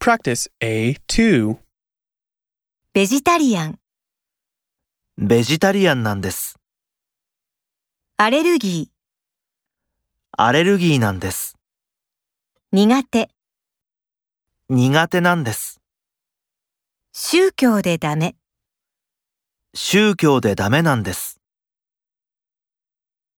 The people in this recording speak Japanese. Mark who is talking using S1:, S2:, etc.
S1: Practice A2.
S2: ベジタリアン、
S3: ベジタリアンなんです。
S2: アレルギ
S3: アレルギーなんです。
S2: ー、苦手、
S3: 苦手なんです。
S2: 宗教でダメ。
S3: 宗教でダメなんです。